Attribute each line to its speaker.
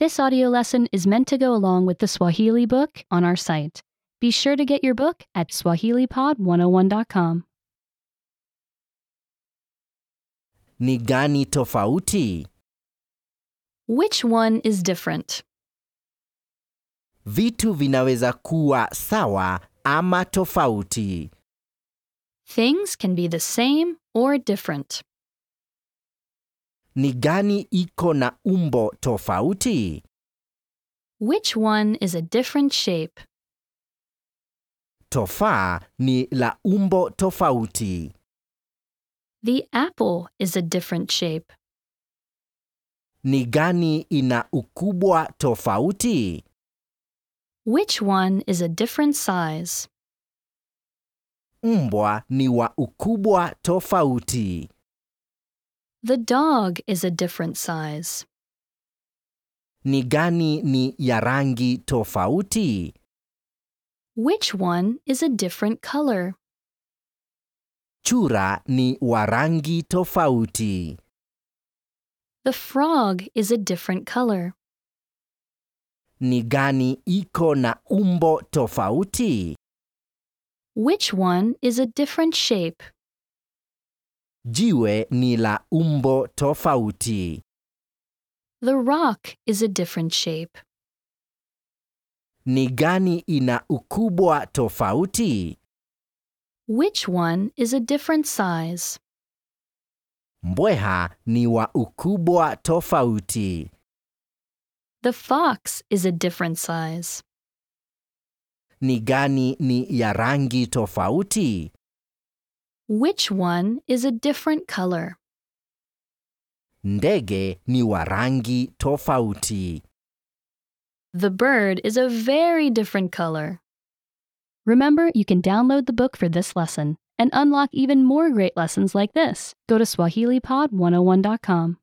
Speaker 1: This audio lesson is meant to go along with the Swahili book on our site. Be sure to get your book at SwahiliPod101.com.
Speaker 2: Ni gani tofauti?
Speaker 1: Which one is different?
Speaker 2: Vitu vinaweza kuwa sawa ama tofauti.
Speaker 1: Things can be the same or different.
Speaker 2: Ni gani iko na umbo tofauti?
Speaker 1: Which one is a different shape?
Speaker 2: Tofaa ni la umbo tofauti.
Speaker 1: The apple is a different shape.
Speaker 2: Ni gani ina ukubwa tofauti?
Speaker 1: Which one is a different size?
Speaker 2: Mbwa ni wa ukubwa tofauti.
Speaker 1: The dog is a different size.
Speaker 2: Ni gani ni ya rangi tofauti?
Speaker 1: Which one is a different color?
Speaker 2: Chura ni wa rangi tofauti.
Speaker 1: The frog is a different color.
Speaker 2: Ni gani iko na umbo tofauti?
Speaker 1: Which one is a different shape?
Speaker 2: Jiwe ni la umbo tofauti.
Speaker 1: The rock is a different shape.
Speaker 2: Ni gani ina ukubwa tofauti?
Speaker 1: Which one is a different size?
Speaker 2: Mbweha ni wa ukubwa tofauti.
Speaker 1: The fox is a different size.
Speaker 2: Ni gani ni ya rangi tofauti?
Speaker 1: Which one is a different color?
Speaker 2: Ndege ni wa rangi tofauti.
Speaker 1: The bird is a very different color. Remember, you can download the book for this oh lesson and unlock even more great lessons like this. Go to SwahiliPod101.com.